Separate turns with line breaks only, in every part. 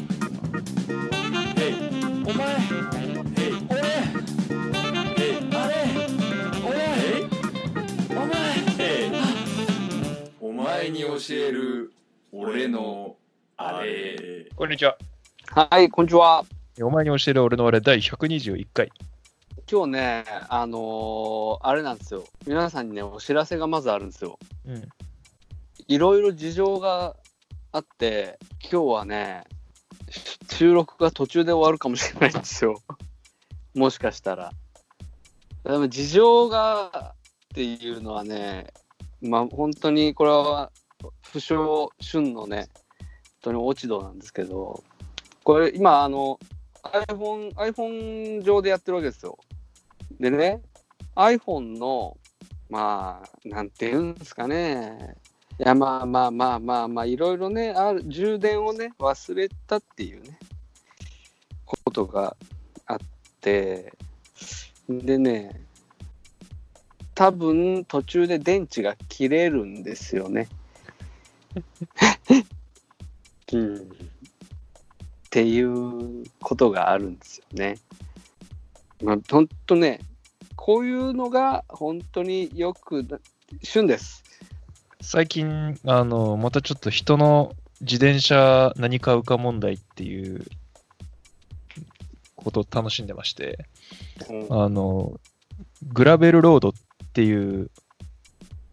えいお前えい俺えいあれ俺えいお前えいお前に教える俺のあれ
こんにちは。
はい、こんにちは。
お前に教える俺の俺第121回。
今日ね、あのーあれなんですよ。皆さんにね、お知らせがまずあるんですよ。
うん。
いろいろ事情があって、今日はね、収録が途中で終わるかもしれないんですよ。 もしかしたら。でも事情がっていうのはね、まあ本当にこれは不詳旬のね、本当に落ち度なんですけど、これ今あの iPhone、iPhone 上でやってるわけですよ。でね、iPhone の、まあ、なんていうんですかね、いやまあまあまあまあまあいろいろねある充電をね忘れたっていうねことがあってでね多分途中で電池が切れるんですよね。 うん、っていうことがあるんですよね。まあ、ほんとねこういうのが本当によくな旬です。
最近、あの、またちょっと人の自転車何買うか問題っていうことを楽しんでまして、あの、グラベルロードっていう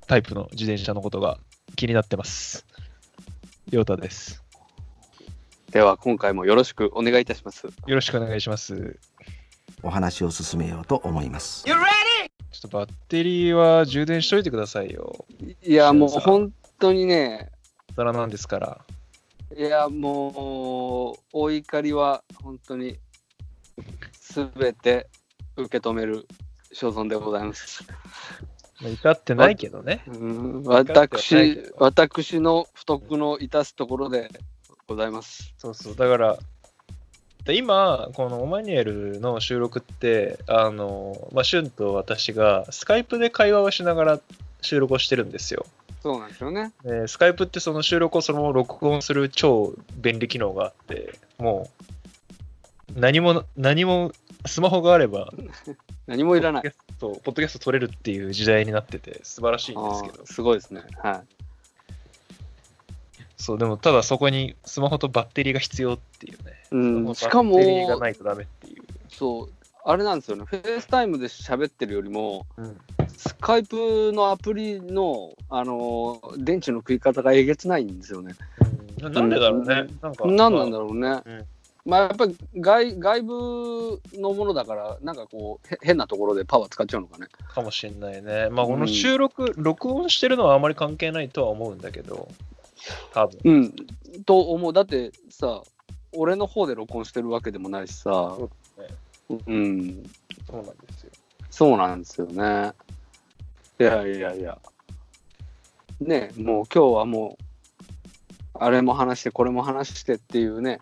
タイプの自転車のことが気になってます。ヨータです。
では今回もよろしくお願いいたします。
よろしくお願いします。
お話を進めようと思います。
ちょっとバッテリーは充電しといてくださいよ。
いやもう
そう
本当にね、
ザラなんですから。
いやもうお怒りは本当にすべて受け止める所存でございます。
まあ至ってないけどね。
うん
かってはないけ
私
ど
私の不徳の致すところでございます。
そうそう、だから、で今、このオマニュエルの収録って、あの、まあ、シュンと私がスカイプで会話をしながら収録をしてるんですよ。
そうなんですよね。
でスカイプってその収録をそのまま録音する超便利機能があって、もう、何も、何も、スマホがあれば、
何もいらない。
そう、ポッドキャスト撮れるっていう時代になってて、素晴らしいんですけ
あ
ど
ー、すごいですね。は
そう、でも、ただそこにスマホとバッテリーが必要っていうね。
い。うん、しか
バッテリーが
も
ないとダメっていう。
そうあれなんですよね。フェイスタイムで喋ってるよりも。
うん
スカイプのアプリの、あのー電池の食い方がえげつないんですよね。
ななんでだろうね。なんか。
何なんだ
ろ
ろうね。
うん
まあやっぱり外外部のものだから、なんかこう、へ変なところでパワー使っちゃうのかね。
うかもしれないね。まあ、
うん
この収録、録音してるのはあまり関係ないとは思うんだけど、多分。
うん。と思う。だってさ、俺の方で録音してるわけでもないしさ
そう、
うん、
そうなんですよ。
そうなんですよね。いやいやいや。ねえもう今日はもう、あれも話して、これも話してっていうね。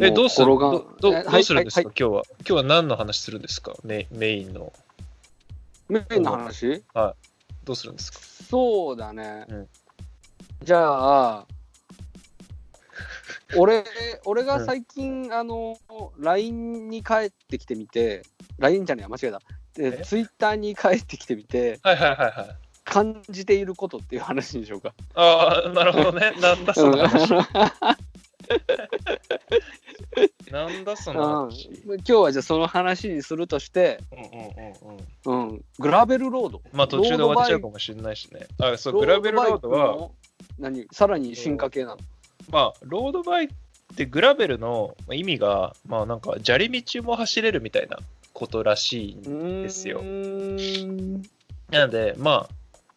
え、どうする
も
ど
転が
どど
えはいう
するんですか、
はいは
今日は。今日は何の話するんですかメメインの。
いメインの話
どうするんですか
そうだね。
うん
じゃあ、俺、俺が最近、あの、LINE に帰ってきてみて、LINE じゃねえや、間違えた。
え
で、Twitter に帰ってきてみて、
はいはいはいはい。
感じていることっていう話にしようか。
ああ、なるほどね。なんだ その話。なんだその
うん
話。
今日はじゃあその話にするとして、
うんうんうんうん。
うん、グラベルロード。
まあ途中で終わっちゃうか
も。
もしれないしね。あそう、
ロ
グラベル
ードバイク
ロードは、
の何さらに進化系なの。
まあ、ロードバイクってグラベルの意味が、まあなんか砂利道も走れるみたいなことらしいんで。ですよ
うーん
なので、まあ、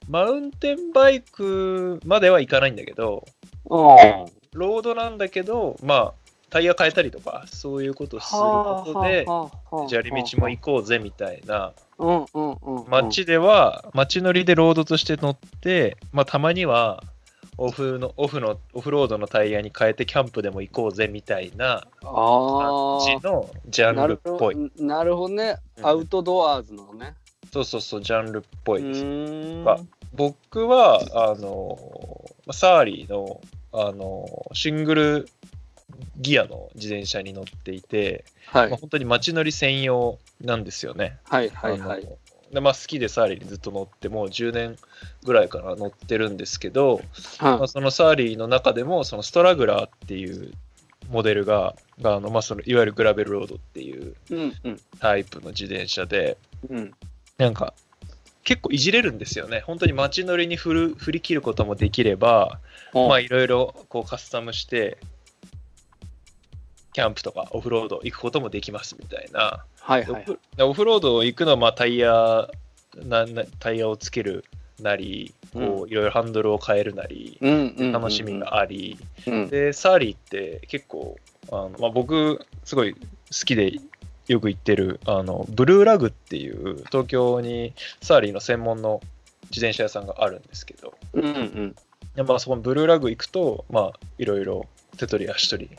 マウンテンバイクまではいかないんだけど、
うん
ロードなんだけど、まあ、タイヤ変えたりとか、そういうことをすることで、砂利道も行こうぜみたいな、
うんうんうんうん、
街では、街乗りでロードとして乗って、まあ、たまには、オフの、オフの、オフロードのタイヤに変えてキャンプでも行こうぜみたいな
あ
感
あ
じのジャ
な
ンルっ
るほ
ぽい。
どなるほどね、
うん
アウトドアーズなのね
そうそうそう、ジャンルっぽ
う
いです。
ーん
あ僕は、あの、まあサーリーの、あの、シングルギアの自転車に乗っていて、
はい
まあ、本当に街乗り専用なんですよね。
はいはいはい
あのでまあ、好きでサーリーにずっと乗ってもう10年ぐらいから乗ってるんですけど、まあ、
は
そのサーリーの中でもそのストラグラーっていうモデルががあの、まあ、そのいわゆるグラベルロードっていう
いうんうん
タイプの自転車で
うん
なんか結構いじれるんですよね本当に街乗りに振る振り切ることもできればまあいろいろこうカスタムしてキャンプとかオフロード行くこともできますみたいな
はいはい
オフオフロード行くのはまあタイヤななタイヤをつけるなりこういろいろハンドルを変えるなり
うんうんうんうん
楽しみがあり、
うん
でサーリーって結構あの、まあ、僕すごい好きでよく行ってるあのブルーラグっていう東京にサーリーの専門の自転車屋さんがあるんですけど、
うんうん
でまあ、そこのブルーラグ行くと、まあ、いろいろ手取り足取り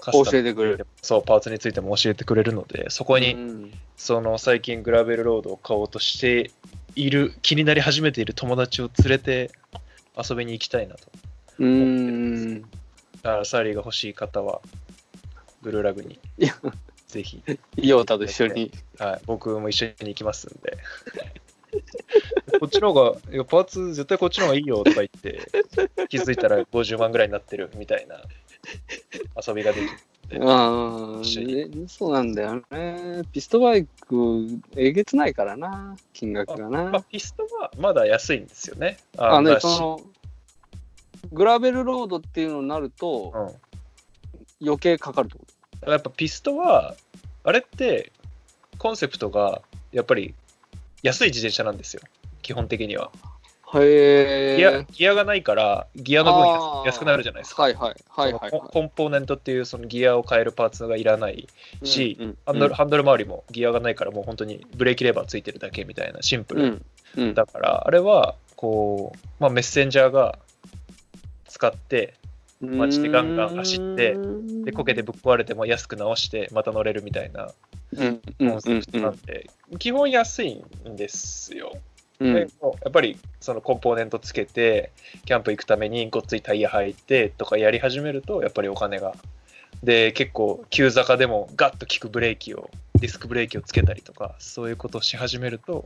カ
教えてくれる
そうパーツについても教えてくれるのでそこに、
うん
その最近グラベルロードを買おうとしている気になり始めている友達を連れて遊びに行きたいなと
うん
だからサーリーが欲しい方は、ブルーラグに
いや、
ぜ ひ、
イオタと一緒に
はい、僕も一緒に行きますんで。 こっちの方が、いやパーツ絶対こっちの方がいいよとか言って、気づいたら50万ぐらいになってるみたいな遊びができる。
ああ、
一緒
ねそうなんだよね。ピストバイク、えげつないからな、金額が
まあ
な。、
ピストはまだ安いんですよね。
あね、
だし
その、グラベルロードっていうのになると、
うん、
余計かかるってこ
やっぱピストは、あれってコンセプトがやっぱり安い自転車なんですよ、基本的には。
と。へえ。
ギアギアがないから、ギアの分
あ
安
ー
安くなるじゃないですか。
はいはいはいはい
そのコン
は
コンポーネントっていうそのギアを変えるパーツがいらない、
い。
し
うん、
ハンドル,、ハンドル周りもギアがないから、もう本当にブレーキレバーついてるだけみたいな、シンプ
う
ル。
ん。うん。
だから、あれはこう、まあ、メッセンジャーが使って、街でガンガン走ってで
で
こけて、ぶっ壊れても安く直して、また乗れるみたいな
うんうん
コンセプトなんで、基本安いんですよ。
うん
でもやっぱりそのコンポーネントつけてキャンプ行くためにごっついタイヤ履いてとかやり始めるとやっぱりお金がで結構急坂でもガッと効くブレーキをディスクブレーキをつけたりとかそういうことをし始めると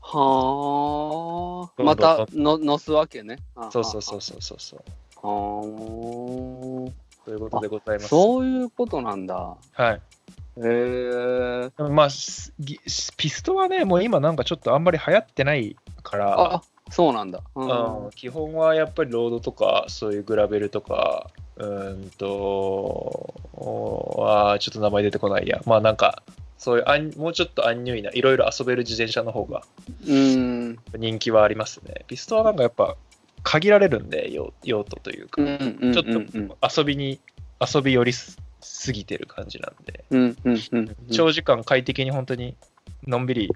はあ。
どんど
ま
ん
たの、乗すわけね。あ
そうそうそう。そうそうそう
あー
ということでございます
そういうことなんだ。
はい
へえ。
まあすぎピストはねもう今なんかちょっとあんまり流行ってないから
あ、そうなんだ。うん
うん基本はやっぱりロードとかそういうグラベルとかうーんとおーあーちょっと名前出てこないやまあなんかそういうアンもうちょっとアンニュイないろいろ遊べる自転車の方が
うん。
人気はありますねピストはなんかやっぱ限られるんで用用途というか、
うん。
ちょっ
うん。
と遊びに遊び寄りすすぎてる感じなんで
うん。うん。うん。
長時間快適に本当にのんびり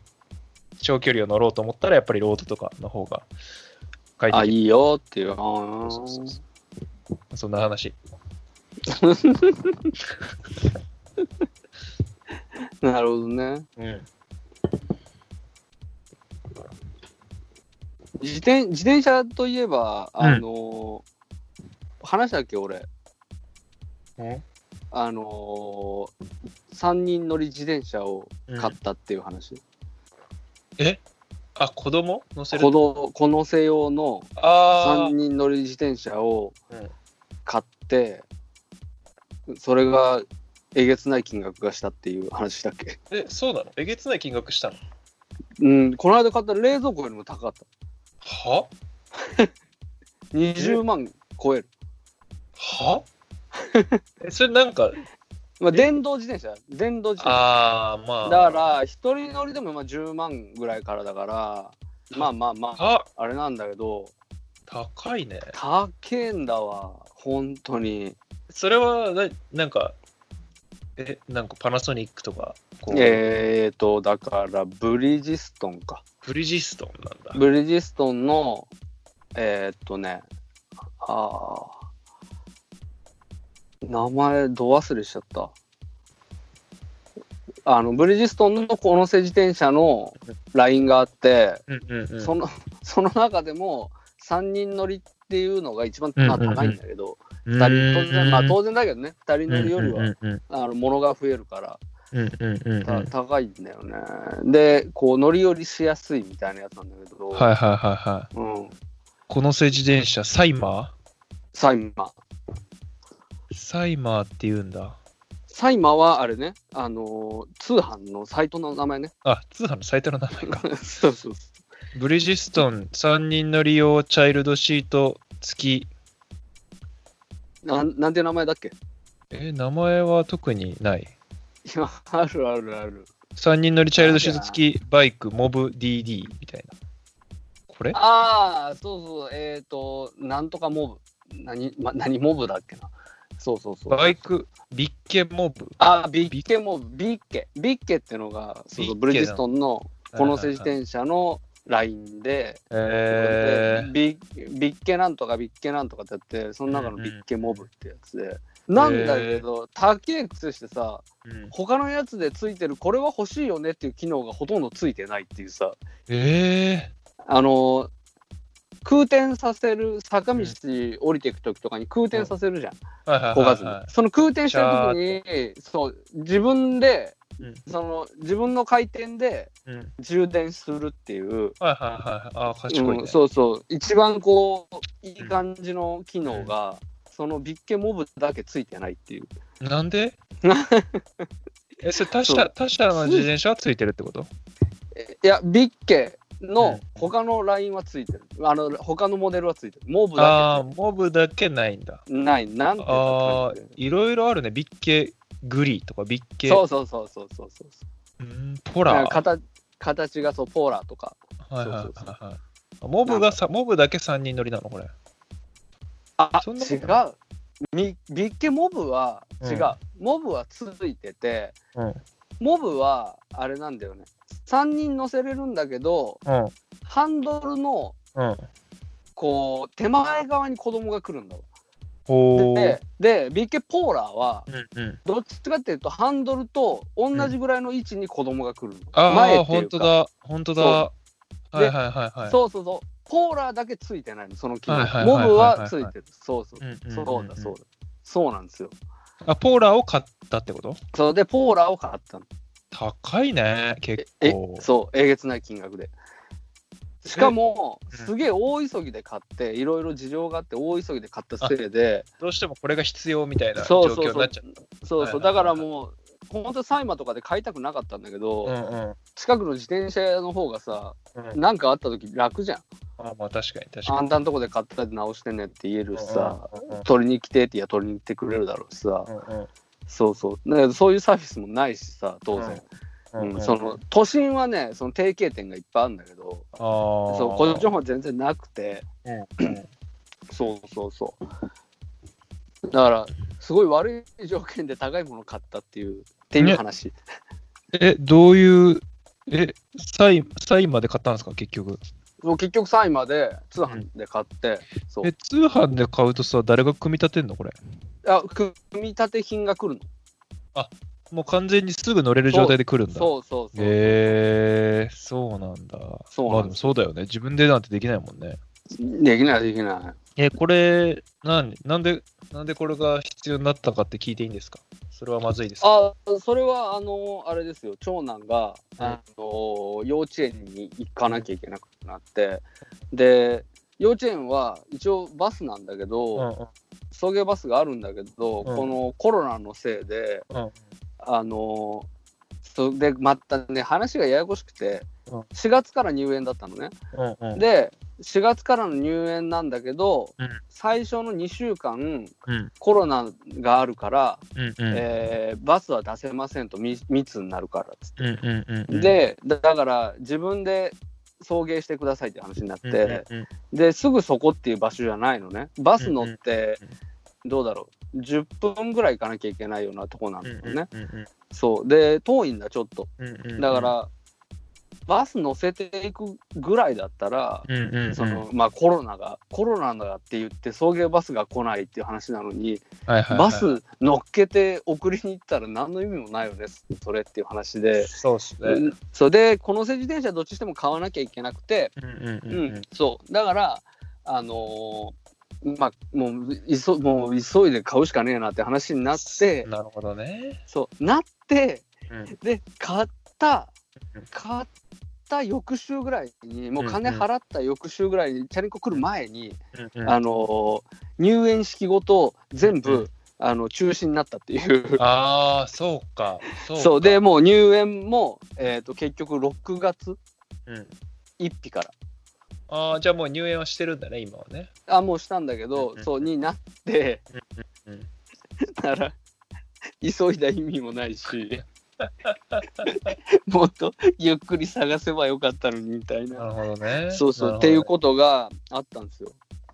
長距離を乗ろうと思ったらやっぱりロードとかの方が快
あ、
適
いいよっていう。あ
そうそうそ
ー
そんな話
なるほどね。
うん
自転、自転車といえば、あのー、話だっけ、俺。あのー、3人乗り自転車を買ったっていう話。
あ、子供乗せる
この、この世用の
あ
3人乗り自転車を
うん
買って、それがえげつない金額がしたっていう話だっけ。
ーえ、そうなのえげつない金額したの
うん、この間買った冷蔵庫よりも高かった。
は
20万超える。
は え、それなんか、
まあ、電動自転車、電動自転車。
あー、まあ。
だから、一人乗りでもまあ10万ぐらいからだから、まあまあまあ、
あ、
あれなんだけど、
高いね。
高えんだわ、本当に。
それはな、なんか、え、なんかパナソニックとか、こう、
えーと、だから、ブリヂストンか。
ブリヂストンなんだ。
ブリヂストンの、えーっとね、ああ。名前、ど忘れしちゃった。あの、ブリヂストンのこの背自転車のラインがあって、
うんうんうん
その、 その中でも3人乗りっていうのが一番、まあ、
うんうんうん
高いんだけど、
う
二
ん
人、当然、まあ当然だけどね、2人乗りよりは、
うんうん
あの、物が増えるから、
うんうんうんうん
た高いんだよね。で、こう、乗り降りしやすいみたいなやつなんだけど、
はいはいはいはい
うん、
この政治電車サイマ
サイマー。
ーサイマーって言うんだ
サイマーはあれね、あのー通販のサイトの名前ね。
あ通販のサイトの名前か
そうそうそう。
ブリヂストン3人乗り用チャイルドシート付き
なんなんて名前だっけ
え名前は特にない
いや、あるあるある。
3人乗りチャイルドシート付きバイクモブ DD みたいなこれ
ああ、そうそう、えっ、と、なんとかモブ。何、ま、何モブだっけな。そうそうそう。
バイクビッケモブ
あー、ビッケモブ、ビッケ。ビッケってのが、そうそ
ビッケだ
うブリヂストンのこの背自転車のラインで、
えー、
ビッビッケなんとかビッケなんとかってやって、その中のビッケモブってやつで。なんだけど、高え靴してさ、
うん
他のやつでついてるこれは欲しいよねっていう機能がほとんどついてないっていうさ
え
あの空転させる坂道降りていく時とかに空転させるじゃん
ー、はいはい
焦
は
が
い
ずに
は
その空転してる時にそう自分で
うん
その自分の回転で
い、うん、
充電するっていう、
はいはいはいあー賢いね、
うん、そうそう一番こういい感じの機能が、そのビッケモブだけついてないっていう
なん でえ、それ他
そ
社、他社の自転車はついてるってこと
えいや、ビッケ
う
の
ん
他のラインはついてる。あの他のモデルはついてる。モブ
ああ
だ
ー、モブだけないんだ。
けない。なんて
ああ
言ったっ、
いろいろあるね。ビッケグリーとかビッケ
けそうそうそうそうそうそ
う
う。
んポ
な
ラ
ん
ー。
か形形がそうポーラーとか。
はいはい
そうそう
はいはいあモブがさ、モブだけ3人乗りなのこれ。
あ
そんなこと
違う。みビッケモブは違う、モブはついてて、
うん。うん。
モブはあれなんだよね。3人乗せれるんだけど、ハンドルの
うん。
こう手前側に子供が来るんだわ
ほー
で。で、ビッケポーラーは、
うんうん。
どっちかっていうとハンドルと同じぐらいの位置に子供が来るの、
ああ、
ってい
ほ
うんか
とだ。ほんとだ。
そ
はいはいはいはい。
そうそうそうポーラーだけついてないのその機能、
はいはいはいはいはい
モブはついてるそうそう、
うんんんん
そうだそうだそうなんですよ
あ、ポーラーを買ったってこと
そうでポーラーを買ったの
高いね、
え
結
え
構。
そうえげつない金額でしかも
えうん
すげえ大急ぎで買っていろいろ事情があって大急ぎで買ったせいで
どうしてもこれが必要みたいな状
そうそう
況に
そ
な
う
っちゃっ
そう
はいは
そう
い
だからもう本当サイマーとかで買いたくなかったんだけど、
た。うんうん。
近くの自転車屋の方がさ
うん
なんかあった時楽じゃん
あまあ確かに確
あ
か
ん
に。
たのとこで買ったで直してねって言えるしさ、
うんうんうん
取りに来てっていや取りに来てくれるだろうしさ、
うん
そうそうだからそういうサービスもないしさ当然、
うんうん
うんその都心はねその提携店がいっぱいあるんだけど
あー
そうこっちの方は全然なくて
うんうん
そうそうそうだからすごい悪い条件で高いものを買ったっていうっていう話、
え、どういう、え、サイサインまで買ったんですか、結局。
もう結局3位まで通販で買って、そう
え、通販で買うとさ、誰が組み立てんの、これ。
あ組み立て品が来る
もう完全にすぐ乗れる状態で来るん
の
だ。
そうそうそう、
へえー、そうなんだ。
そう
ま
な
あ
ん
で
で
も
す
そうだよね。自分でなんてできないもんね。
できないできない
え、これ、なんなんで、なんでこれが必要になったかって聞いていいんですかそれはまずいですか
あそれはあのあれですよ長男が、
うん
あの幼稚園に行かなきゃいけなくなってで幼稚園は一応バスなんだけど、
うんうん
送迎バスがあるんだけど、
うん
このコロナのせいで
うん
あのそでまたね話がややこしくて
うん
4月から入園だったのね。
うんうん
で4月からの入園なんだけど、
うん
最初の2週間
うん
コロナがあるから、
うんうん
えーバスは出せませんと密密になるからっつって、
うんうんうんうん
でだだから自分で送迎してくださいって話になって、
うんうんうん
ですぐそこっていう場所じゃないのねバス乗って
うんうん
どうだろう10分ぐらい行かなきゃいけないようなとこなのね、
うんうんうん
そうで遠いんだちょっと
うんうんうん
だから、バス乗せていくぐらいだったら、
うんうんうん
そのまあ、コロナがコロナだって言って送迎バスが来ないっていう話なのに、
はいはいはい
バス乗っけて送りに行ったら何の意味もないよねそれっていう話で、
そうですね。うん
うんそれでこの自転車どっちしても買わなきゃいけなくて、
うん
う
うんんうん。
そうだからあのーまあもう急もう急いで買うしかねえなって話になって
なるほどね。
そうなって
うん
で買った
うん
買った翌週ぐらいにもう
うん
金
うん
払った翌週ぐらいにチャリンコ来る前に、
うんうん
あのー入園式ごと全部、
うん
あの中止になったっていう。
ああ、そうか。そうか
そうで、もう入園も、えー、と結局6月
うん、
1日から
ああ、じゃあもう入園はしてるんだね、今はね。
あもうしたんだけど、
うんうん
そうになって、
うんうん
なら急いだ意味もない しもっとゆっくり探せばよかったのにみたい
な
な
るほどね。
そうそ
な
うっ
るほど
ていうことがあったんですよ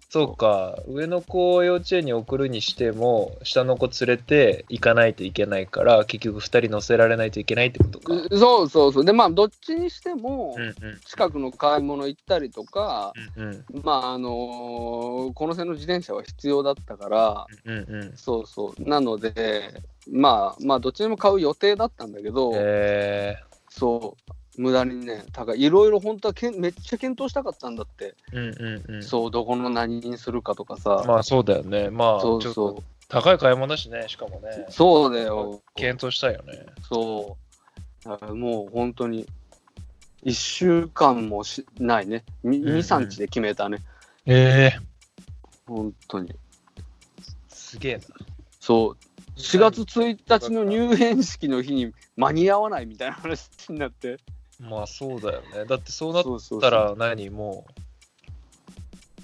そうか。上の子を幼稚園に送るにしても、下の子連れて行かないといけないから、結局2人乗せられないといけないってことか。
うそうそうそうでまあどっちにしても、
うんうん
近くの買い物行ったりとか、
うんうん
まああのーこの線の自転車は必要だったから、
うんうん。
そうそうなのでまあまあどっちにも買う予定だったんだけど、
え
そう無駄にね高いいろいろ本当はけんめっちゃ検討したかったんだって、
ー、うんうんうん。
そうどこの何にするかとかさ、
まあそうだよね。まあ、
そう
ちょっ
そ
と高い買い物だしね、しかもね
う。そうだよ
検討したいよね。
そうだからもう本当に1週間もしないね
うんうん
23日で決めたね
ええ
本当に
すげえな。
そう4月1日の入園式の日に間に合わないみたいな話になって
まあそうだよね。だってそうなっ
そうそう
た
そう
ら何も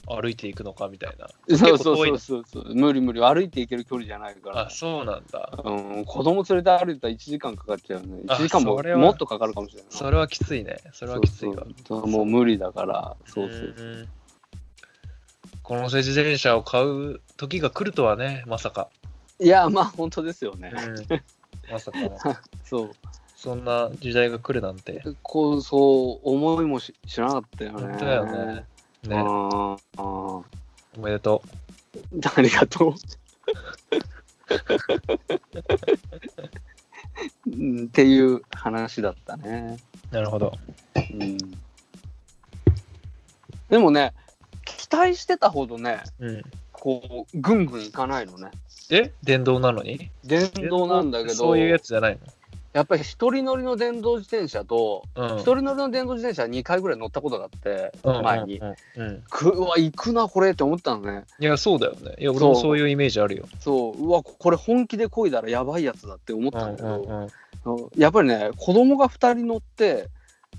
う歩いていくのかみたいな。
そう
結構遠い
そ
な
うそうそう無理無理歩いていける距離じゃないから
あ、そうなんだ。
うん、子供連れて歩いたら1時間かかっちゃうね。
あ
1時間も
それは
もっとかかるかもしれない。
それはきついね。それはきついわ。
そうそうもう無理だから、そうそうそう。
んこの政治自転車を買う時が来るとはね、まさか。
いや、まあ本当ですよね。
まさかね、
そ
そんな時代が来るなんて。
う。こう、そう、思いもししなかったよね。
本当だよね。
う
ね、
ん。うん
おめでとう。
ありがとう。うんっていう話だったね。
なるほど。
うん、でもね、期待してたほどね、
うん、
こう、ぐんぐんいかないのね。
え電動なのに
電動なんだけど、
そういう
や
やつじゃない
っぱり一人乗りの電動自転車と、
の、うん、
一人乗りの電動自転車2回ぐらい乗ったことがあって、
うん
前に
う。んうんうん
くうわ、行くな、これって思ったのね。
いや、そうだよね。いや、俺も
そう
そういうイメージあるよ。
そう、うわ、これ本気で漕いだらやばいやつだって思っ
うん
たんだけど、
うんうん
やっぱりね、子供が2人乗って、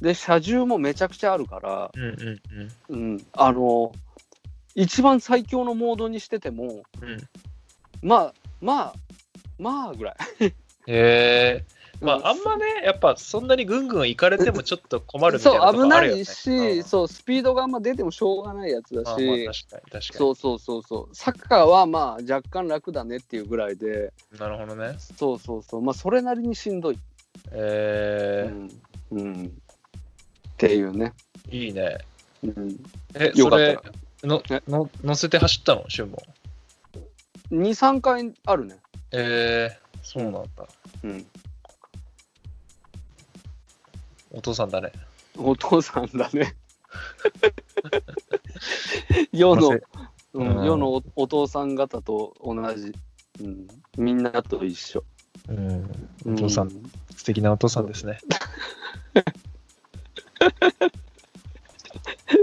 で、車重もめちゃくちゃあるから、
うんうんうん
うん、あの、一番最強のモードにしてても、
うん
まあ、まあ、まあぐらい。
へえまあ、あんまね、やっぱそんなにぐんぐん行かれてもちょっと困るみたいな
そ
と
う危
こあ
な
るよね。
いし、
うん
そうスピードがあんま出てもしょうがないやつだし、
まあまあ確かに、確か
そうそうそうそうサッカーはまあ若干楽だねっていうぐらいで
に。なるほどね。
そうそうそうまあそれなりにしんどい、う
え
んうんっていうね、
ー、いいね。
うん、
え、
よ
そ
かっ
れ
た、
の
え
の乗せて走ったの、シュンも。
23回あるね、
えー、そうなんだ。
うん、
お父さんだね。
お父さん だね世の、うん
うん
世のおお父さん方と同じ、うん、みんなと一緒
うん、お父さん
う
素敵なお父さんですね。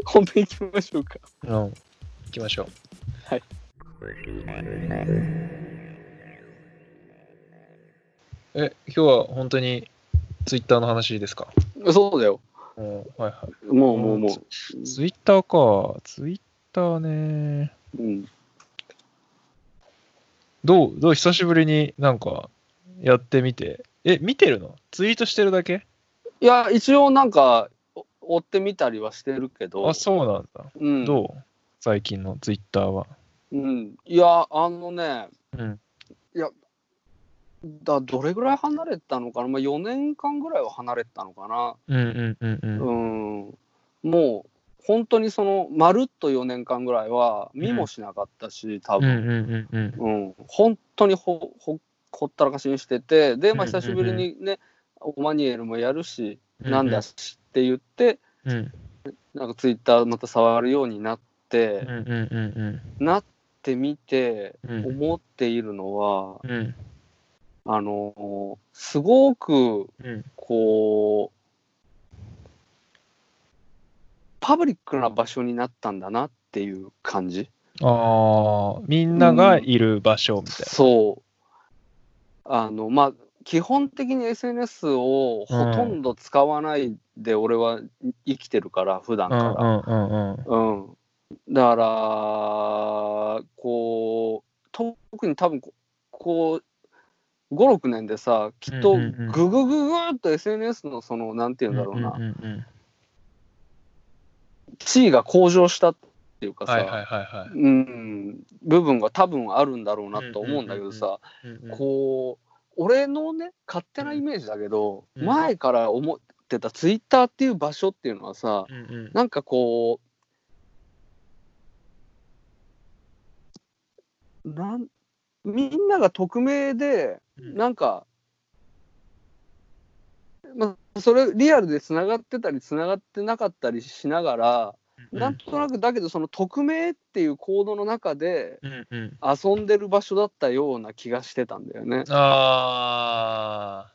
本編行きましょうか
うん。行きましょう。
はい。
え、今日は本当にツイッターの話ですか
そうだよ
うん、はいは
もうもうも
い。ツイッターか。ツイッターね。
う、うん、
どうどう久しぶりになんかやってみて。え、見てるのツイートしてるだけ
いや一応なんかお追ってみたりはしてるけど
あ、そうなんだ。
うん、
どう最近のツイッターは。
うん、いやあのね
うん。
だどれぐらい離れたのかな、まあ、4年間ぐらいは離れてたのかな、
うんうんうんうん。
うん、もう本当にそのまるっと4年間ぐらいは見もしなかったし多
うん
分、
うんうんうん。
うん本当にほほほったらかしにしててで、まあ、
うんうんうん
久しぶりにね、オマニエルもやるしなんだしって言って
うんうん
なんかツイッターまた触るようになって
う、んうん
なってみて
うんうん
思っているのは、
うん
あのすごく
うん
こうパブリックな場所になったんだなっていう感じ
ああみんながいる場所みたい
そうあのまあ基本的に SNS をほとんど使わないで俺は生きてるから普段から、
な。うんうんうんうん。
うん、だからこう特に多分ここう56年でさきっと
う
グ
んうんうん
グググーっと SNS のそのなんて言うんだろうな、
んんうん
地位が向上したっていうかさ、
はいはいは
うん、部分が多分あるんだろうなと思うんだけどさ、
いはい。
こう俺のね勝手なイメージだけど、
うん
前から思ってたツイッターっていう場所っていうのはさ、
うんうん
なんかこう、なんみんなが匿名で、
うん
なんか、まあ、それ、リアルでつながってたり、つながってなかったりしながら、
うん
なんとなく、だけど、その匿名っていう行動の中で、
うんうん。
遊んでる場所だったような気がしてたんだよね、
あ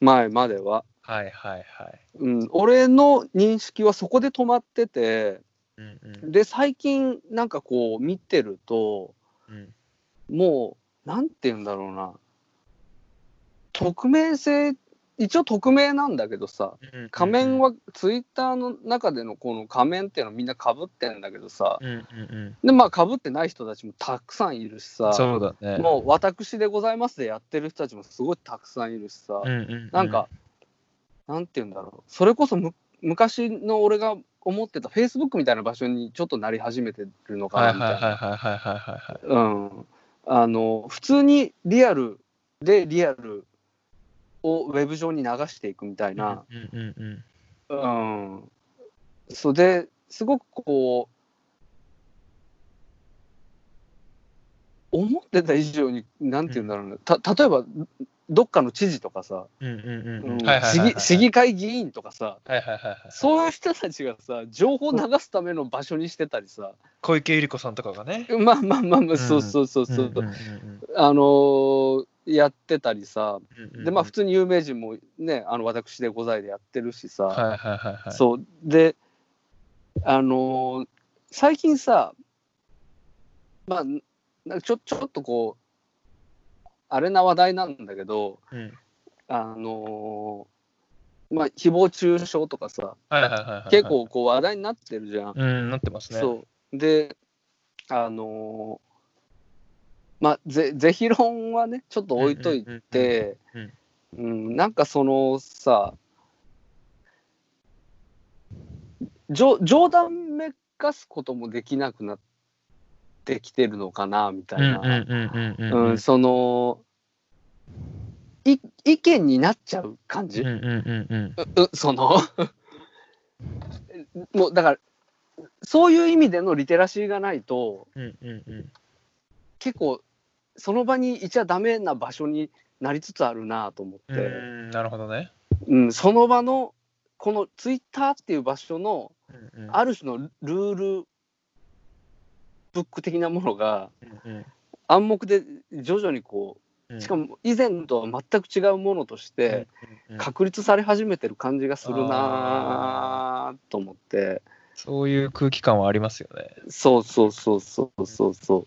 前までは。
あはいはいはい。
うん、俺の認識はそこで止まってて、
うんうん
で最近なんかこう見てると
うん
もうなんて言うんだろうな匿名性一応匿名なんだけどさ
うん
仮面はツイッターの中でのこの仮面っていうのみんなかぶってんだけどさ
うんうん
でまあかぶってない人たちもたくさんいるし
う
さ
ん。そうだね。
もう私でございますでやってる人たちもすごいたくさんいるしさ、
うんうんうん
なんか、なんて言うんだろう、それこそむ昔の俺が思ってたフェイスブックみたいな場所にちょっとなり始めてるのか
は
ないみ
はい
た
はい
いな。
はいはいはいはい。
うんあの普通にリアルでリアルをウェブ上に流していくみたいな、
うんうんうん
うん、それですごくこう思ってた以上になんて言うんだろうね、た例えばどっかの知事とかさ、
うんうん
う
うんん。
市議市
ぎ。
議会議員とかさ
はいはいはいはい。
そういう人たちがさ情報流すための場所にしてたりさ
小池百合子さんとかがね。
まあまあまあまあ
ん
そうそうそうそう、
うんうんうん
あのーやってたりさ
うんうん
でまあ普通に有名人もねあの私でございでやってるしさ、
はいはいはいはい。
そうであのー最近さまあなんかちょちょっとこうあれな話題なんだけど
うん。
あのーまあ誹謗中傷とかさ
はいはいはいはいはい。
結構こう話題になってるじゃん。
うん、なってますね。
そうであのーまあぜ是非論はねちょっと置いといて
うんうんうん
うんなんかそのさじょ冗談めかすこともできなくなってきてるのかなみたい
うんう
な。
んうんうんうん
う
うん
ん、そのい意見になっちゃう感じ、
うんうんうん
うその もうだからそういう意味でのリテラシーがないと
うんうんうん
結構その場にいちゃダメな場所になりつつあるなと思って、
う
うん
んなるほどね。
その場のこのツイッターっていう場所の
うんうん
ある種のルールブック的なものが
うん
暗黙で徐々にこ
う
うんしかも以前とは全く違うものとして、
うんうん
確立され始めてる感じがするなあと思って
そういう空気感はありますよね。
そうそうそうそうそうそう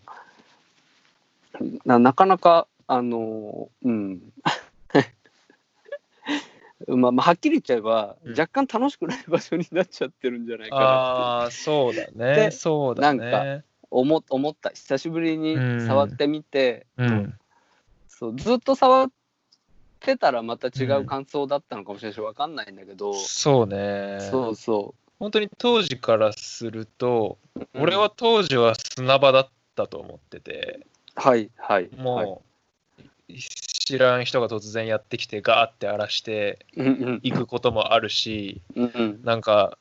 ななかなかあのーうん まあまあはっきり言っちゃえば、
うん
若干楽しくない場所になっちゃってるんじゃないかなって
ああ、そうだ
で
ね。そうだ
な
ね。
思思った久しぶりに触ってみて、
うん。
そうずっと触ってたらまた違う感想だったのかもしれないし分かんないんだけど、
そうね。
そうそ
本当に当時からすると、
う
俺は当時は砂場だったと思ってて、
はいはいはい
もう、知らん人が突然やってきてガーって荒らして
うんうん
いくこともあるし
うんうん
なんか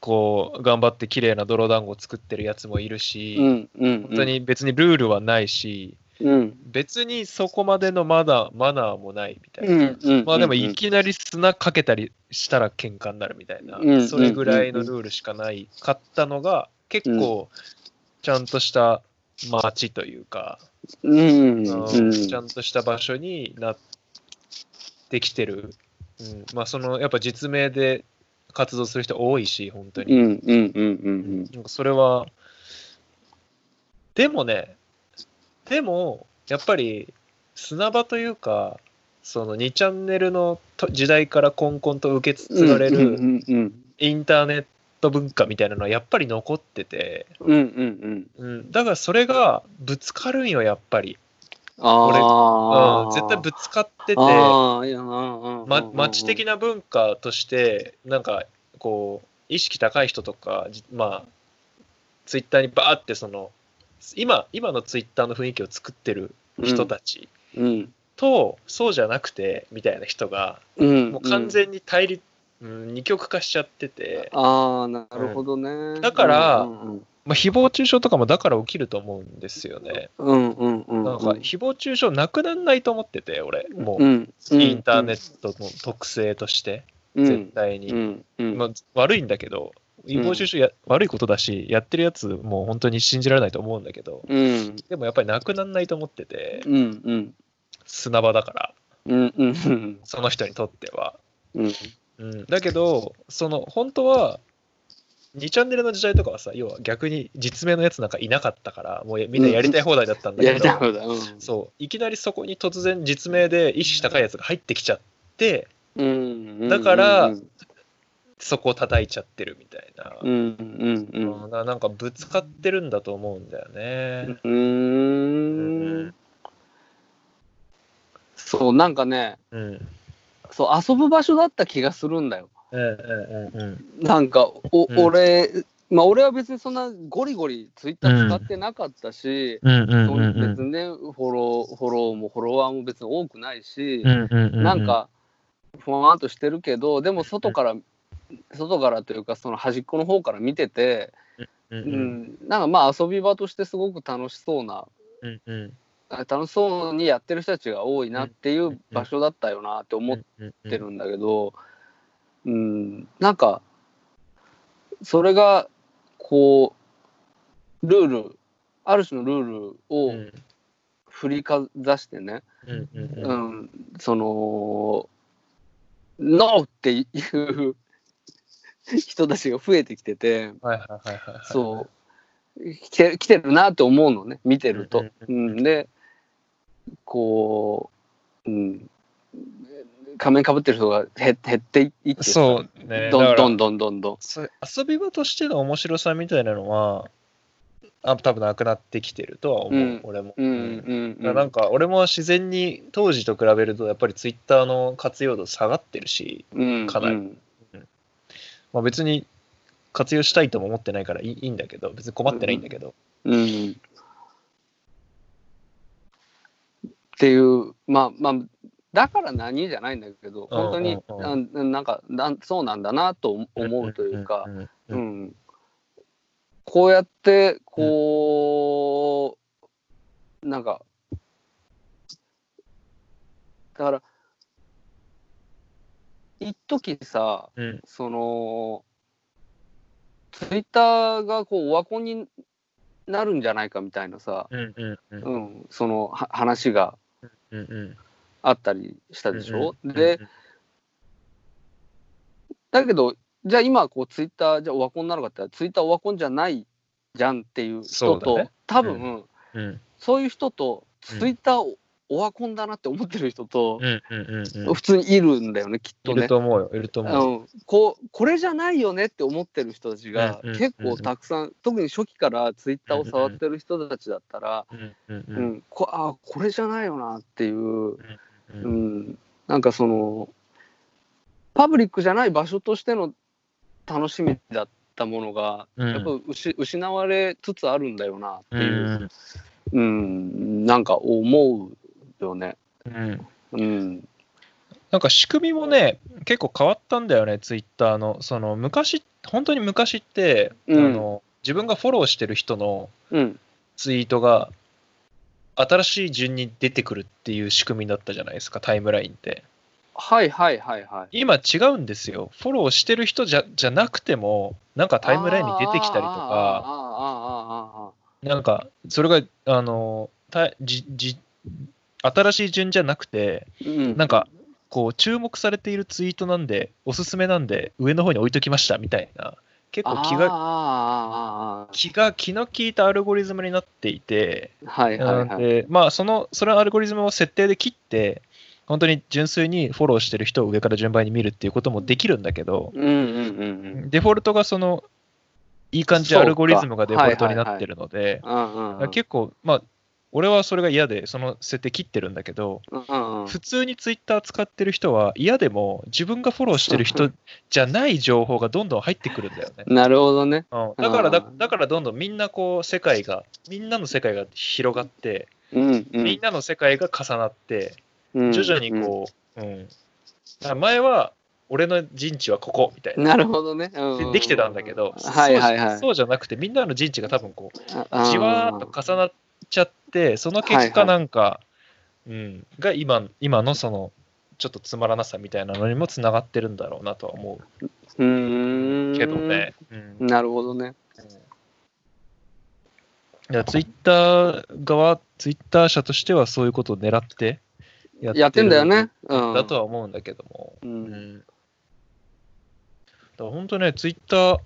こう頑張って綺麗な泥団子を作ってるやつもいるし、
うんうん
本当に別にルールはないし
うん
別にそこまでのマナーマナーもないみたいな、
うんうん
まあでも
うんうん
いきなり砂かけたりしたら喧嘩になるみたいな、
うん
それぐらいのルールしかないかったのが結構ちゃんとした街というか、
うんうん
あの
うん
ちゃんとした場所になってきてる、うんまあそのやっぱ実名で活動する人多いし本当に、
うんうんうんうん
なんかそれはでもねでもやっぱり砂場というかその2チャンネルのと時代からこんこんと受け継
うん
がれ
うんう
る
んうん
インターネット文化みたいなのはやっぱり残ってて、
うんうんうん
うん、だからそれがぶつかるんよやっぱり、俺
あ
う
あ
ん、絶対ぶつかってて
ああいやうんうんうん
ま、町的な文化としてなんかこう意識高い人とかじまあツイッターにバーってその今今のツイッターの雰囲気を作ってる人たち
うん
と、そうじゃなくてみたいな人が
うん
もう完全に対立、うん二極化しちゃってて、
ああなるほどね
だから
うんうん
まあ、誹謗中傷とかもだから起きると思うんですよね。
うんうんうん
なんか誹謗中傷なくならないと思ってて俺も
う
うんインターネットの特性として絶対に。
うんうん
まあ、悪いんだけど、違法収集や、悪いことだし、やってるやつもう本当に信じられないと思うんだけど、
うん
でもやっぱりなくならないと思ってて、
うんうん
砂場だから、
うんうん
その人にとっては。
うん
うん、だけど、その本当は、2チャンネルの時代とかはさ、要は逆に実名のやつなんかいなかったから、もうみんなやりたい放題だったんだ
や
け
り
ど
たい、ことだうん
そう、いきなりそこに突然実名で意識高いやつが入ってきちゃって、
うんうんうん
だからそこを叩いちゃってるみたいな。
うんうんう
うんんななんかぶつかってるんだと思うんだよね。
う
う
ーんそうなんかね
うんうん
そう遊ぶ場所だった気がするんだよ
うんうん
なんかお、
うん
俺まあ俺は別にそんなゴリゴリツイッター使ってなかったし、
うんうん
そう別にねフォローフォローもフォロワーも別に多くないし、なんかふわーっとしてるけどでも外から外からというかその端っこの方から見てて、
う
うん
ん
なんかまあ遊び場としてすごく楽しそうな
うんうん
楽しそうにやってる人たちが多いなっていう場所だったよなって思っってるんだけど、うん、なんかそれがこうルールある種のルール
う
を
ん
振りかざしてね、
うんうん
う
うん
んその「NO!」っていう人たちが増えてきてて
はいはいはいはい
そう来て来てるなって思うのね見てると。
う
うん、でこう、うん、仮面かぶってる人が減減っていって
そうね
どんどん
ん
どんどんどん。
遊び場としての面白さみたいなのはあ多分なくなってきてるとは思う、
うん
俺も。
うん
だ
うん
からなんか俺も自然に当時と比べるとやっぱりツイッターの活用度下がってるし、
うん
かなり
うん
まあ、別に活用したいとも思ってないからいいいいんだけど別に困ってないんだけど、
うんっていうまあまあだから何じゃないんだけど本当に
うんう
あなんかなんそうなんだなと思うというか。
んんう
うんん、こうやってこう、なんかだから一時さ
うん
そのツイッターがこうオワコンになるんじゃないかみたいなさ、
うんうんうんうん
うん、そのは話が
うんうん
あったりしたでしょ、
うんうん
でだけど、じゃあ今、こう、ツイッター、じゃあオワコンになるかって言ったら、ツイッターオワコンじゃないじゃんっていう人
そう
と、
だね
多分、
うん
そういう人と、
うん
ツイッターをオワコンだなって思ってる人と、
うんうんうんうん
普通にいるんだよね、きっと
いる
ね。
と思うよいると
う、
思うん
こうこれじゃないよねって思ってる人たちが
うんうん
結構たくさん、特に初期からツイッターを触ってる人たちだったら、
うんうん
うん
うん
こあこれじゃないよなっていう
うん
う
うん
ん、なんかそのパブリックじゃない場所としての楽しみだったものが、
うん
やっぱうし失われつつあるんだよなって
う
いう、
ん
うんなんか思うよね。
うん。
うん。
なんか仕組みもね、結構変わったんだよね、ツイッターの。その昔、本当に昔って、
うん
あの自分がフォローしてる人の
うん。
ツイートが新しい順に出てくるっていう仕組みだったじゃないですか、タイムラインって。
はいはいはいはい。
今違うんですよ。フォローしてる人じゃじゃなくても、なんかタイムラインに出てきたりとか、
ああああああああああああ
なんか、それが、あの、たじじ新しい順じゃなくて、
うん。
なんか、こう、注目されているツイートなんで、おすすめなんで、上の方に置いときましたみたいな、結構気が、
あああああああ
気が、気の利いたアルゴリズムになっていて、
あはいはいはい。
でまあ、その、そのアルゴリズムを設定で切って、本当に純粋にフォローしてる人を上から順番に見るっていうこともできるんだけど、
うんうんうんうん。
デフォルトがその、いい感じでアルゴリズムがデフォルトになってるので、
うんうんうん。
結構、まあ、俺はそれが嫌で、その設定切ってるんだけど、
うんうん
普通にツイッター使ってる人は嫌でも、自分がフォローしてる人じゃない情報がどんどん入ってくるんだよ ね。
なるほどね。
うん、だからだ、
うん
だからどんどんみんなこう、世界が、みんなの世界が広がって、
うんうん。
みんなの世界が重なって、
うん
徐々にこう、うん。だから前は、俺の陣地はここみたいな。
なるほどね。うんうん
で
う
できてたんだけど、
はいは
そ
い
う
は
じ
い。
そうじゃなくて、みんなの陣地が多分こう、
あ
じわーっと重なっちゃって、その結
はいは
果
い
なんか、うん、が今今のそのちょっとつまらなさみたいなのにもつながってるんだろうなとは思
うー
うんけどね。うん
なるほどね。
いやツイッター側、ツイッター社としてはそういうことを狙ってや
やってんだよね。うん。
だとは思うんだけども。
う。
うんん、だから本当ね、ツイッター、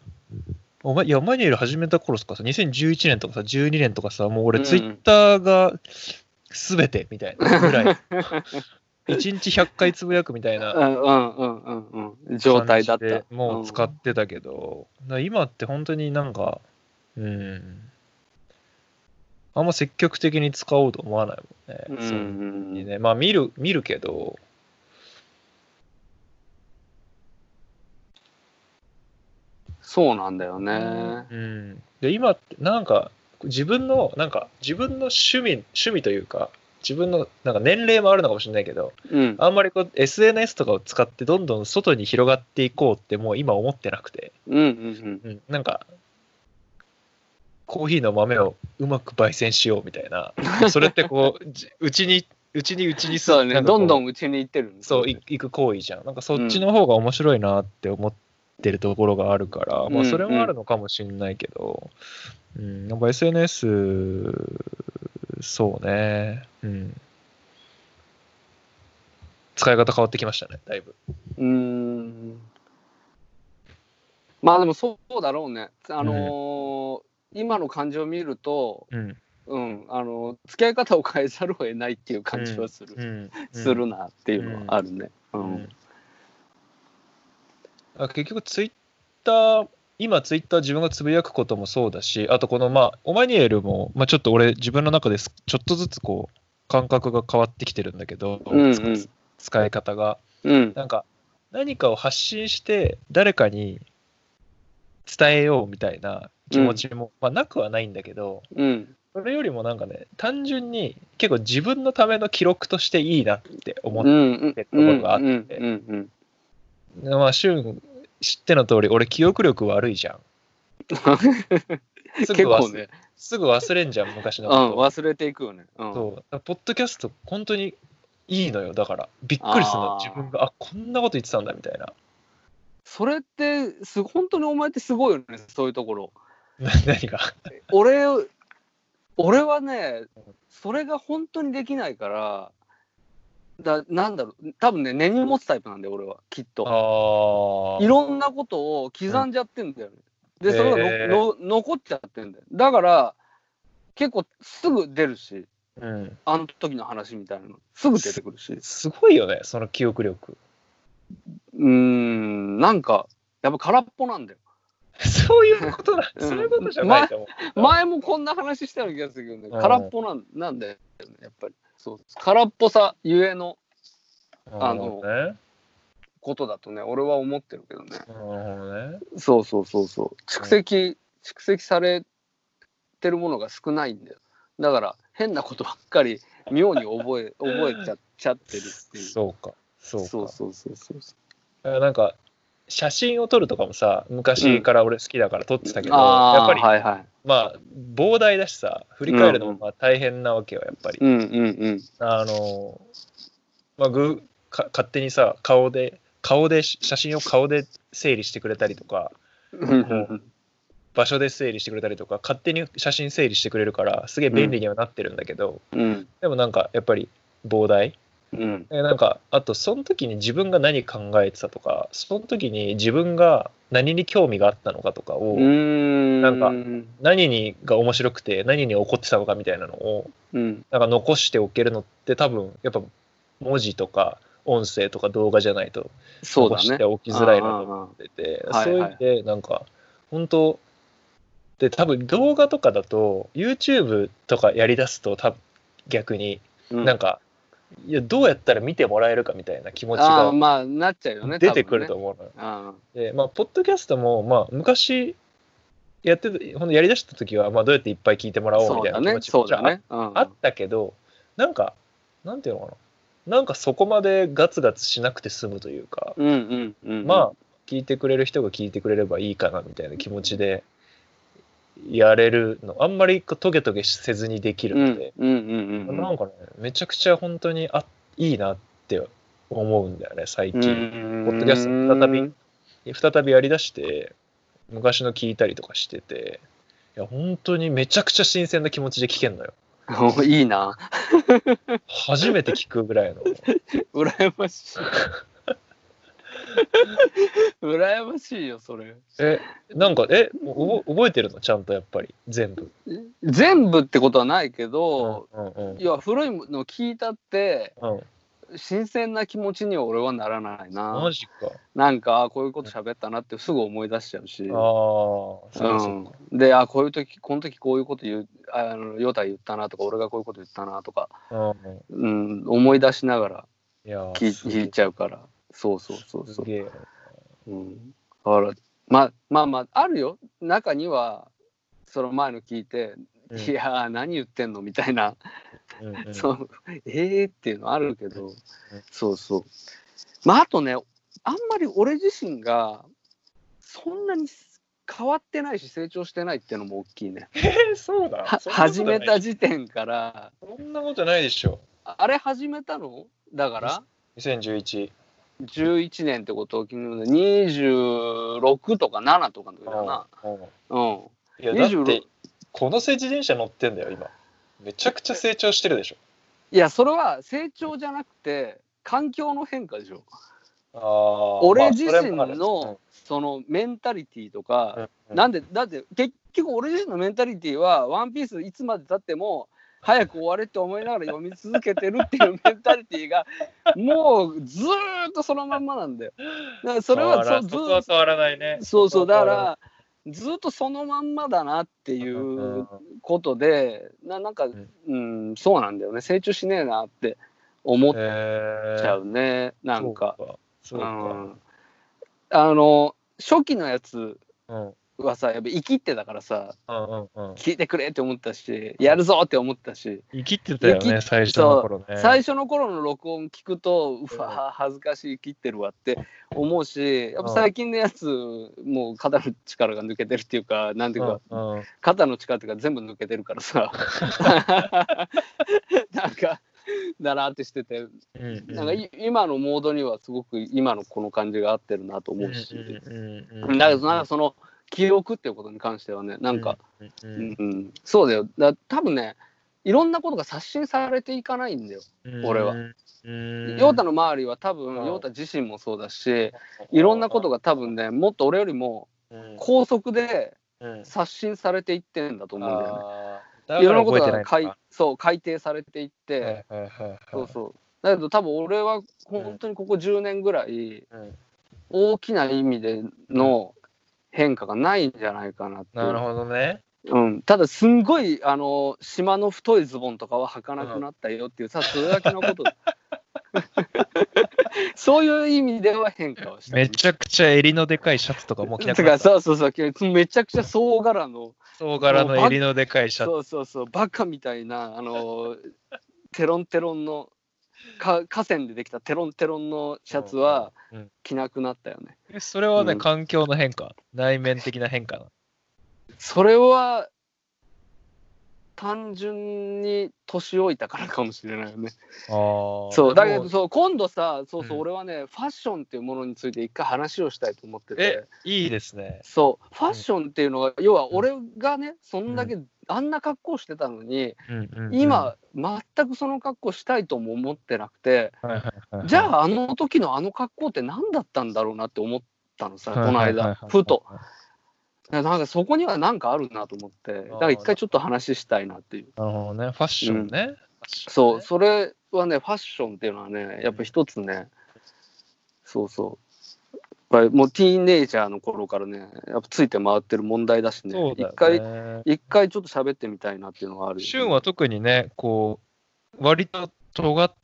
お前、いや、マニュエル始めた頃とかさ、2011年とかさ、12年とかさ、もう
う
俺、
ん
ツイッターが全てみたいなぐらい、1日100回つぶやくみたいな
うんうんうんうんうん。状態だっ
感じ
た
で。もう使ってたけど、だから今って本当になんか、うん、あんま積極的に使おうと思わないもんね。
うんう
そうんにね、まあ見る、見るけど、
そうなんだよね。
うん、で今ってなんか自分のなんか自分の趣味趣味というか自分のなんか年齢もあるのかもしれないけど
うん。
あんまりこう SNS とかを使ってどんどん外に広がっていこうってもう今思ってなくて、
うんうん
うん、なんかコーヒーの豆をうまく焙煎しようみたいなそれってこうじうちにうちにうち
うん。
に
そうだね。どんど
ん
んうちに行ってるんだ
そうい行く行為じゃんなんかそっちの方が面白いなって思ってるところがあるから、
うん
まあそれもあるのかもしれないけど、うん、やっぱ SNS そうねうん使い方変わってきましたねだいぶ
うーんまあでもそうだろうね。あのー今の感じを見ると、
うん
うん、あの付き合い方を変えざるを得ないっていう感じはする、
うん
するなっていうのはあるね。う、
うんんあ結局ツイッター今ツイッター自分がつぶやくこともそうだしあとこのまあオマニエルも、まあ、ちょっと俺自分の中ですちょっとずつこう感覚が変わってきてるんだけど、
うんうん
つ使い方が
うん、
なんか何かを発信して誰かに伝えようみたいな気持ちも、まあ、なくはないんだけど
うん、
それよりもなんかね単純に結構自分のための記録としていいなって思っ
うん、
てるところがあって
うん、うん、うん、
まあ、シュン知っての通り、俺、記憶力悪いじゃ ん。す
結
ぐ
構
忘
ね
れ、、すぐ忘れんじゃん、昔
う
の
ん、
こ
忘れていくよね。う
と。
ん、
そうだからポッドキャスト、本当にいいのよ、だから。びっくりするの、
あー
自分が、あ、こんなこと言ってたんだ、みたいな。
それってす本当にお前ってすごいよねそういうところ。
な何が。
俺俺はねそれが本当にできないからだなんだろう多分ね根に持つタイプなんだよ俺はきっ
あ
と
あ
い。ろんなことを刻んじゃってんだよね、
うん
でそれがの、
へー
の残っちゃってんだよだから結構すぐ出るし
うん。
あの時の話みたいなのすぐ出てくるしう
すごいよね、その記憶力。
ーんなんかやっぱ空っぽなんだよ
そういうことだ、
うん
そういうことじゃないと思う。
前もこんな話したような気がするけどね
うん
空っぽなんなんだよねやっぱりそう空っぽさゆえの
なるほどね。
ことだとね俺は思ってるけどね
なるほどね。
そうそうそうそう蓄積、蓄積され てるものが少ないんだよだから変なことばっかり妙に覚え覚えちゃっちゃってるっていう。
そうかそうか
そうそうそうそうそ
だからなんか写真を撮るとかもさ昔から俺好きだから撮ってたけ
う。
ど、
ああ、
やっぱり、
はいはい。
まあ膨大だしさ振り返るのもまあ大変なわけよやっぱり、
うんうんうん。
あのまあぐか勝手にさ顔で顔で写真を顔で整理してくれたりとか
うんうん
場所で整理してくれたりとか勝手に写真整理してくれるからすげえ便利にはなってるんだけど、
うん。
でもなんかやっぱり膨大
うん。
えなんかあとその時に自分が何考えてたとかその時に自分が何に興味があったのかとかを、
うーん。
なんか
うん
何にが面白くて何に怒ってたのかみたいなのを
うん
なんか残しておけるのって多分やっぱ文字とか音声とか動画じゃないと
そう
残
だ
し
ね
て。おきづらいなと思
あ
ってて
あああ
そういう意味でなんか本当で多分動画とかだと YouTube とかやりだすと多分逆に
あう
なんか、いやどうやったら見てもらえるかみたいな気持ち
ああ
が
まあなっちゃうよね
出てくると
多
思うのよ。
分ねあ
でまあポッドキャストもまあ昔やってたほんとやりだした時はまあどうやっていっぱい聞いても
あ
らおう
そ
み
う
たい
だ
な気
ね
持ち
そ
も
う
じゃ
だ
あ,、
ねうん
あったけどなんかなんていうのかななんかそこまでガツガツしなくて済むというか、
うんうんうん
まあ聞いてくれる人が聞いてくれればいいかなみたいな気持ちでやれるのあんまりこうトゲトゲせずにできる
うんう
の
ん
で、
うんうん
なんかねめちゃくちゃ本当にあいいなって思うんだよね最近。ポッドキャスト再び再びやりだして昔の聞いたりとかしてていや本当にめちゃくちゃ新鮮な気持ちで聞けんのよ
再びいいな
初めて聞くぐらい の
羨ましい羨ましいよそれ
えなんかえおぼ覚えてるのちゃんとやっぱり全部
全部ってことはないけど、
うんうん
いや古いの聞いたって
うんうん
新鮮な気持ちには俺はならないな
マジか
なんかあこういうこと喋ったなってすぐ思い出しちゃうし
ああそう
う
かそうか
ん、であこういう時この時こういうこと言うあのヨタ言ったなとか俺がこういうこと言ったなとか、
うんう
うん、思い出しながら
んいや
聞い
ー
聞いちゃうからそうそうそう
す
そう、
げえ
うん、だからままあまああるよ中にはその前の聞いて「
うん
いやー何言ってんの?」みたいな、
うんうん
そのえーっていうのあるけど、そうそうまああとねあんまり俺自身がそんなに変わってないし成長してないっていうのも大きいね。
えそうだ
は
そんなこと
始
ない
めた時点から
そんなことないでしょ
ああれ始めたのだから
2011
11年ってことを決めるので26とか7とかの時だな
うんうん
うん
いやだっ
26
てこのせ自転車乗ってんだよ今めちゃくちゃ成長してるでしょ
いやそれは成長じゃなくて環境の変化でしょ
あー
俺自身
まあそれもある
のそのメンタリティーと
う
か
んうん
なんでだって結局俺自身のメンタリティーは「ワンピースいつまでたっても早く終われって思いながら読み続けてるっていう メンタリティーがもうずーっとそのまんまなんだよ。だからそれは
変わ
そ
ら
うず
そこは
ー
変わらないね
そうそうだか
そこは
らずーっとそのまんまだなってい
変わらないう
ことでななんか
ん
うんそうなんだよね成長しねえなって思っち
え
ゃうねなんか。う
そうか
んあの初期のやつ
うんうん
はさやっぱ生きってたからさ
うんうん
聞いてくれって思ったしやるぞって思ったし
生きてたよ
生
ね最初の頃ね初
最初の頃の録音聞くとうわ恥ずかしい生きってるわって思うしやっぱ最近のやつもう肩の力が抜けてるっていうかなんていうか
うんうん
肩の力っていうか全部抜けてるから さなんかだらーってしてて
うん
なんかい今のモードにはすごく今のこの感じが合ってるなと思うし。
うんうんうんうん
だけどなんかその記憶っていうことに関してはねなんか、
うん
うんうんそうだよだ多分ねいろんなことが刷新されていかないんだよ。
うん
俺は
うん
陽太の周りは多分
うん
陽太自身もそうだしいろんなことが多分ねもっと俺よりも
うん
高速で
うん
刷新されていってんだと思うんだよね。
あーだ
い
か
ろんな
ら
こ
覚え
と
て
が
ない
改そう改定されていって、
はいはいはいはい
そうそうだけど多分俺は本当にここ10年ぐらい
うん
大きな意味での変化がないんじゃないかなっていう
なるほどね
うん、ただすんごいあの島の太いズボンとかは履かなくなったよって いう、さそれだけのこと そういう意味では変化をした
めちゃくちゃ襟のでかいシャツとかもう着なく
て
な
か
った。
そうそうそうめちゃくちゃ総柄の
総柄の襟のでかいシャツ。
そうそうそうバカみたいなあのテロンテロンのか河川でできたテロンテロンのシャツは
うんうん
着なくなったよね。
えそれはね、
うん
環境の変化、内面的な変化な。
それは単純に年老いたからかもしれないよね。
ああ。
そうだけ
で
ど
も
そう今度さそうそう、
うん
俺はねファッションっていうものについて一回話をしたいと思って
え
て、
いいですね。
そうファッションっていうのが要は俺がねそんだけあんな格好してたのに、
うんうんうん、
今全くその格好したいとも思ってなくて、
はいはいはいはい、
じゃああの時のあの格好って何だったんだろうなって思ったのさ、
はいはいはいはい、
この間ふとなんかそこには何かあるなと思ってだから一回ちょっと話したいなっていう
なるほどね、ファッションね。ファッションね
そうそれはねファッションっていうのはねやっぱ一つね、そうそうやっぱりもうティーンネイジャーの頃からねやっぱついて回ってる問題だしね
そうだよ
一回
ね。
一回ちょっと喋ってみたいなっていうのがあるよね、
シュンは特にね、こう、割と尖っ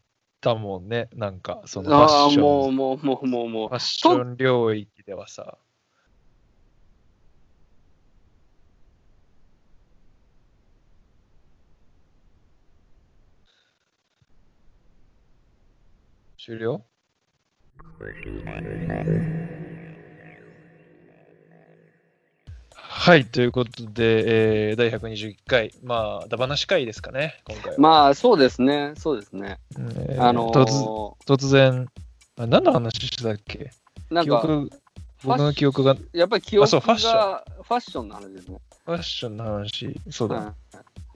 たもんね、なんか、そのファ
あ
ッ
あ
ション。
もうもうもうもうもう
ファッション領域ではさ。終了はい、ということで、えー、第121回、まあ、だばなし会ですかね、今回は。
まあそうですねそうですね、
えー
あの
突
ー
突然、あ何の話してたっけ
なん
記
か
憶、僕の記憶が
やっぱり記憶
あそう
が
フ
フ
ァ
ァ
ッ
ッ
シ
シ
ョン
ョンの話ですね。
ファッションの話、そうだ、
うんや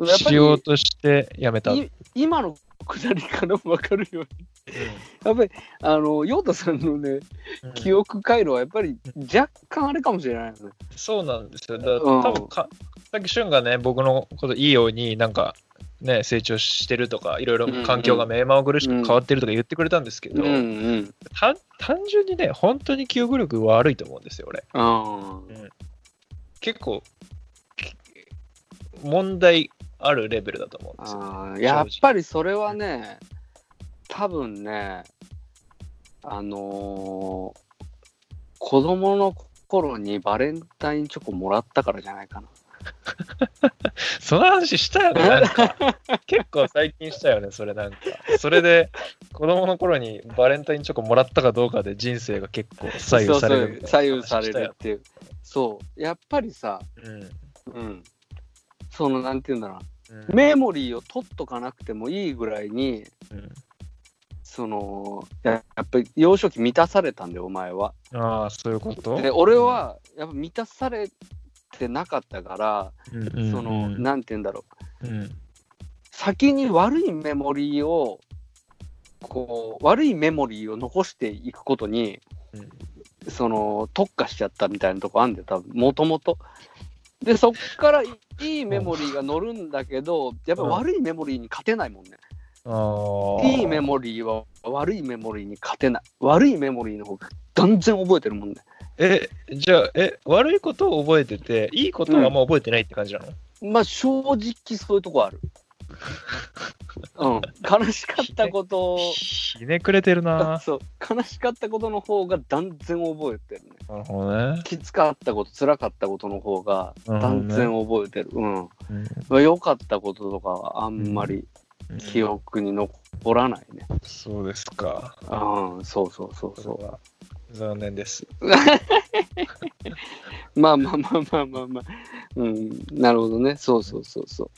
っぱ
し
り
ようとしてやめた。
い今のくだりからも分かるように、やっぱりあの陽太さんのね
うん
記憶回路はやっぱり若干あれかもしれないよね。
そうなんですよ。だから
うん
多分かさっき俊がね、僕のこといいように、なんか、ね、成長してるとか、いろいろ環境が目まぐるしく変わってるとか言ってくれたんですけど、
うん
単単純にね、本当に記憶力悪いと思うんですよ、俺。
うん。
結構、き問題あるレベルだと思うんですよ。
あーやっぱりそれはね多分ねあのー子供の頃にバレンタインチョコもらったからじゃないかな。
その話したよね、なんか。結構最近したよね、それなんか。それで、子供の頃にバレンタインチョコもらったかどうかで人生が結構左右されるみ
そう
た
そう
いな話
左右され
した
る
よ
っていう。そうやっぱりさ、
うん
うん、そのなんていうんだろうな
うん
メモリーを取っとかなくてもいいぐらいに
うん
そのややっぱり幼少期満たされたんだよお前は。
ああ、そういうこと
で俺はやっぱ満たされてなかったから、
うんうん
その
うん
なんて言うんだろう
うん
先に悪いメモリーをこう悪いメモリーを残していくことに
うん
その特化しちゃったみたいなとこあんだよ多分もともと。でそっからいいいメモリーが乗るんだけどやっぱ悪いメモリーに勝てないもんね。
あー
いいメモリーは悪いメモリーに勝てない。悪いメモリーの方が断然覚えてるもんね。
え、じゃあ、え、悪いことを覚えてて、いいことはあんま覚えてないって感じなの、
まあ正直そういうとこ ある。うん、悲しかったことを
ひねくれてるな。
そう悲しかったことの方が断然覚えてるね。
なるほどね。
きつかったこと、辛かったことの方が断然覚えてる。うん。
うん
まあ良かったこととかはあんまり
うん
記憶に残らないね。
そうですか。
うん、そうそうそうそ
そ。
う
れは残念です。
まあまあまあまあまあまあ。うん、なるほどね。そうそうそうそう。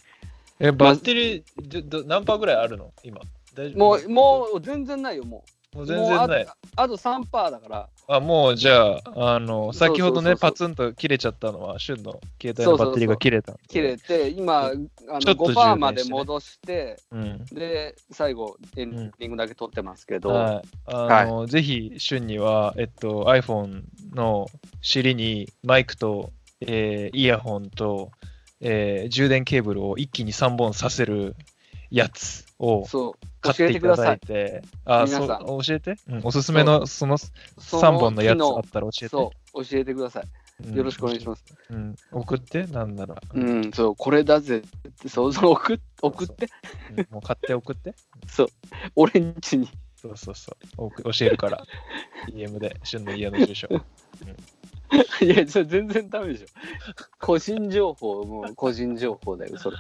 え、バッテリーじゃど何パーぐらいあるの今。大丈夫
もう、もう全然ないよ、も
う、も
う。
う全然ない
もう。あとあと3パーだから。
あ、もうじゃあ、あの、
そうそうそうそう
先ほどね、パツンと切れちゃったのは、シュンの携帯のバッテリーが切れた。
切れて、今、あの
ちょっと
5パーま
充電
で
してね
戻して、
うん。
で、最後、エンディングだけ撮ってますけど。
はい。あの、ぜひ、シュンには、えっと、iPhone の尻にマイクと、えーイヤホンと、えー充電ケーブルを一気に3本させるやつを
そう、
買っ
教え
て
て
い
く
た
ださ
だ
い
い。て、あ、
皆さん
そう、教えて、うんおすすめのその3本のやつあったら教えて。
そう、教えてくださ
うん
い。よろしくお願いします。
うん、送って、なんなら。
う
うん
ん、そう、これだぜって、そう、そう送っ送って、
もう買って送って。
俺んちに。
そうそうそう。おく教えるから。DM で、旬の家の住所。
いや、それ全然ダメでしょ。個人情報、もう個人情報だよ、それ。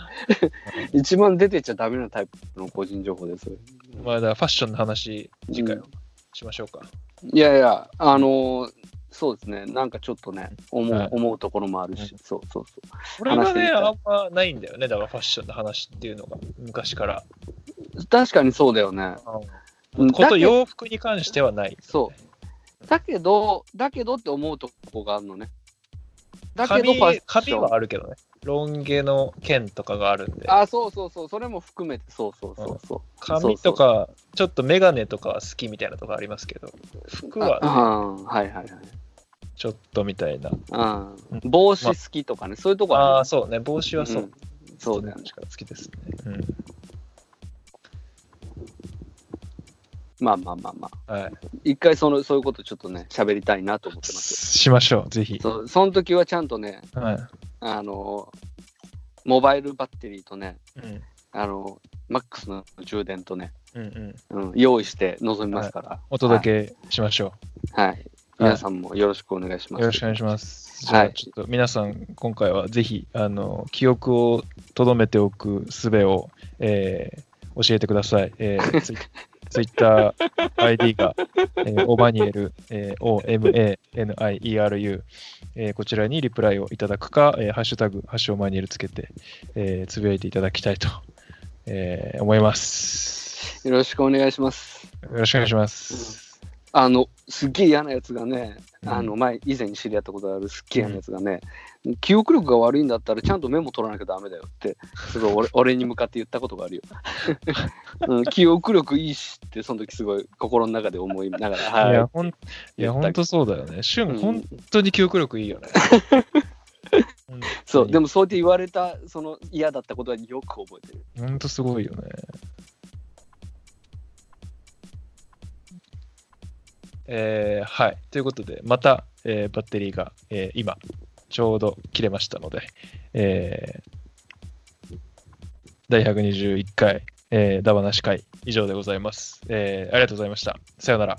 一番出てっちゃダメなタイプの個人情報です。それ
まあだからファッションの話、次回
うん
しましょうか。
いやいや、あのーそうですね、なんかちょっとね、思う,、
はい
思うところもあるし、そうそうそ
これが
話してみ
ね、
たい
あんまないんだよね。だからファッションの話っていうのが昔から。
う。確かにそうだよね。うん
こ
だ
と
け
洋服に関してはない。
そう。だけど、だけどって思うとこがあるのね。だけ
髪
どファッション、
髪はあるけどね。ロン毛の剣とかがあるんで。
あ、そうそうそう、それも含めて、そうそうそうそう。
髪とか、ちょっとメガネとかは好きみたいなとこありますけど、服
あ
は
うんはいはいはい
ちょっとみたいな。
うん。帽子好きとかね、そういうとこ
ああ、
あ
そうね。帽子
る
はそう。
んそうだよね。
好きですね。うん。
まあまあまあまあ。
はい。
一回そのそういうことちょっとね喋りたいなと思ってます
しましょう、ぜひ。
そその時はちゃんとね
はい。
あのモバイルバッテリーとね
うん。
あのマックスの充電とね、
うんうん。
うん、用意して臨みますから、
お届けしましょ
はい皆さんもよろしくお願いし
う。
ます
よろしくお願いします。じ
は
ゃ
い
あ、ちょっと皆さん、今回はぜひ、あの、記憶をとどめておく術を、えー教えてください。え ー、ツイツイッター ID が、えーオバニエル、えー OMANIERU、えーこちらにリプライをいただくか、えーハッシュタグ、ハッシュオマニエルつけて、えーつぶやいていただきたいと、えー思います。
よろしくお願いします
よろしくお願いします。
あのすっげえ嫌なやつがね、
うん
あの前以前に知り合ったことがあるすっげえ嫌なやつがね、記憶力が悪いんだったらちゃんとメモ取らなきゃダメだよってすごい 俺俺に向かって言ったことがあるよ、 うん、記憶力いいしってその時すごい心の中で思いながら
い
は
や、ほん、いや、本当そうだよね。シュ
い、う
ン、
ん
本当に記憶力いい よね。
そうで
も。
もそうやって言われたその嫌だったことはよく覚えてる
本当すごいよね。えーはい。ということで、また、えーバッテリーが、えー今、ちょうど切れましたので、えー第121回、えー、ダバなし会、以上でございます、えーありがとうございました。さようなら。